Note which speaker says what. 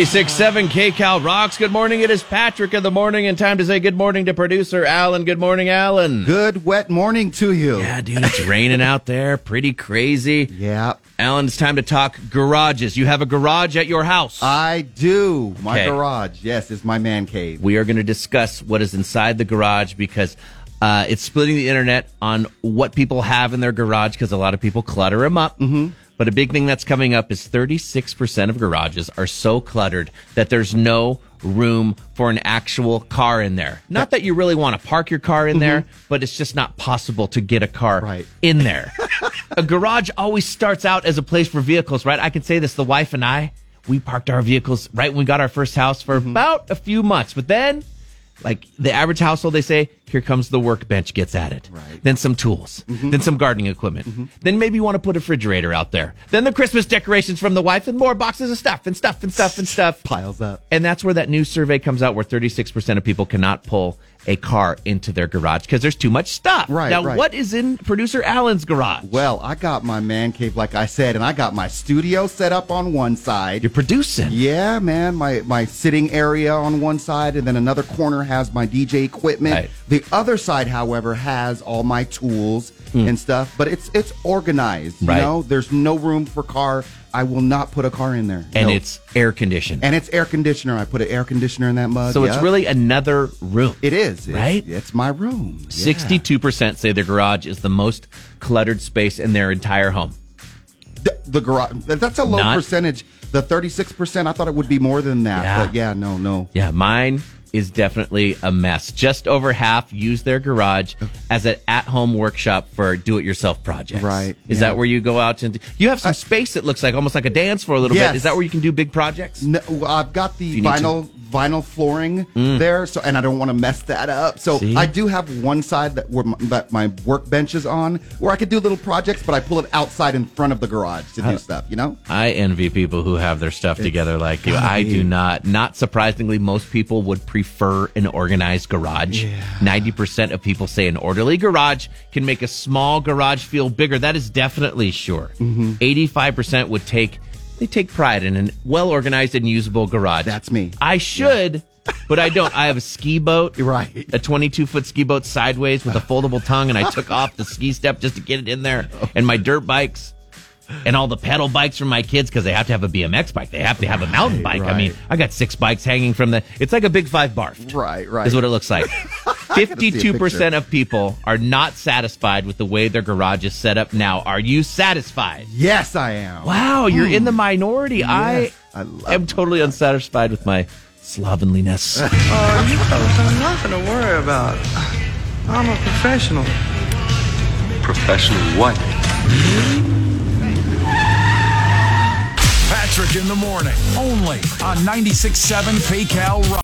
Speaker 1: 96.7 KCal Rocks. Good morning. It is Patrick in the morning and time to say good morning to producer Alan. Good morning, Alan.
Speaker 2: Good wet morning to you.
Speaker 1: Yeah, dude, it's raining out there. Pretty crazy.
Speaker 2: Yeah,
Speaker 1: Alan, it's time to talk garages. You have a garage at your house.
Speaker 2: I do. My
Speaker 1: Okay.
Speaker 2: garage, yes, is my man cave.
Speaker 1: we are going to discuss what is inside the garage because uh, it's splitting the internet on what people have in their garage because a lot of people clutter them up. Mm-hmm. But a big thing that's coming up is 36% of garages are so cluttered that there's no room for an actual car in there. Not that Mm-hmm. you really want to park your car in there, but it's just not possible to get a car
Speaker 2: Right.
Speaker 1: in there. a garage always starts out as a place for vehicles, right? I can say this. The wife and I, we parked our vehicles right when we got our first house for
Speaker 2: Mm-hmm.
Speaker 1: about a few months. But then, like the average household, they say, here comes the workbench gets at it.
Speaker 2: Right. Mm-hmm.
Speaker 1: Then some tools. Then some gardening equipment. Then maybe you want to put a refrigerator out there. Then the Christmas decorations from the wife and more boxes of stuff and stuff and stuff and stuff.
Speaker 2: Piles up.
Speaker 1: And that's where that new survey comes out where 36% of people cannot pull a car into their garage because there's too much stuff.
Speaker 2: Right,
Speaker 1: Now,
Speaker 2: right.
Speaker 1: what is in producer Alan's garage?
Speaker 2: Well, I got my man cave, like I said, and I got my studio set up on one side.
Speaker 1: You're producing.
Speaker 2: Yeah, man, my, my sitting area on one side, and then another corner has my DJ equipment.
Speaker 1: Right.
Speaker 2: The other side, however, has all my tools and stuff, but it's it's organized. You
Speaker 1: Hmm. Right.
Speaker 2: know, there's no room for car. I will not put a car in there.
Speaker 1: And
Speaker 2: No.
Speaker 1: it's air conditioned.
Speaker 2: and it's air conditioner. I put an air conditioner in that mug.
Speaker 1: so it's
Speaker 2: yeah.
Speaker 1: really another room.
Speaker 2: It is. It's,
Speaker 1: Right?
Speaker 2: It's my room. Yeah.
Speaker 1: 62% say their garage is the most cluttered space in their entire home.
Speaker 2: The, the garage. That's a low
Speaker 1: Not-
Speaker 2: percentage. The 36%, I thought it would be more than that.
Speaker 1: Yeah.
Speaker 2: But yeah, no, no.
Speaker 1: Yeah, mine is definitely a mess. Just over half use their garage as an at-home workshop for do-it-yourself projects.
Speaker 2: Right,
Speaker 1: Is
Speaker 2: yeah.
Speaker 1: that where you go out and you have some space? It looks like almost like a dance floor a little
Speaker 2: Yes.
Speaker 1: bit. Is that where you can do big projects?
Speaker 2: No, I've got the
Speaker 1: you need to- Mm.
Speaker 2: vinyl vinyl flooring there, so and I don't want to mess that up. So
Speaker 1: See?
Speaker 2: I do have one side that where my, that my workbench is on, where I could do little projects, but I pull it outside in front of the garage to do stuff. You know,
Speaker 1: I envy people who have their stuff together like you. I do not. Not surprisingly, most people would prefer an organized garage. Ninety percent of people say an orderly garage can make a small garage feel bigger. That is definitely sure.
Speaker 2: Mm-hmm.
Speaker 1: 85 percent would take. They take pride in an well organized and usable garage.
Speaker 2: That's me.
Speaker 1: I should, but I don't. I have a ski boat.
Speaker 2: You're right.
Speaker 1: A 22 foot ski boat sideways with a foldable tongue, and I took off the ski step just to get it in there,
Speaker 2: Oh.
Speaker 1: and my dirt bikes and all the pedal bikes from my kids because they have to have a BMX bike. They have to have a mountain bike. I mean,
Speaker 2: right.
Speaker 1: I got six bikes hanging from the. It's like a big five barf.
Speaker 2: Right, right.
Speaker 1: Is what it looks like.
Speaker 2: see a
Speaker 1: Fifty-two percent
Speaker 2: picture.
Speaker 1: of people are not satisfied with the way their garage is set up now. Are you satisfied?
Speaker 2: yes, I am.
Speaker 1: Wow, you're in the minority. I,
Speaker 2: I love
Speaker 1: am totally unsatisfied with my slovenliness.
Speaker 3: Oh, I'm not gonna worry about. it. I'm a professional.
Speaker 4: Professional what?
Speaker 5: Patrick in the morning, only on 96.7 PayCal Rock.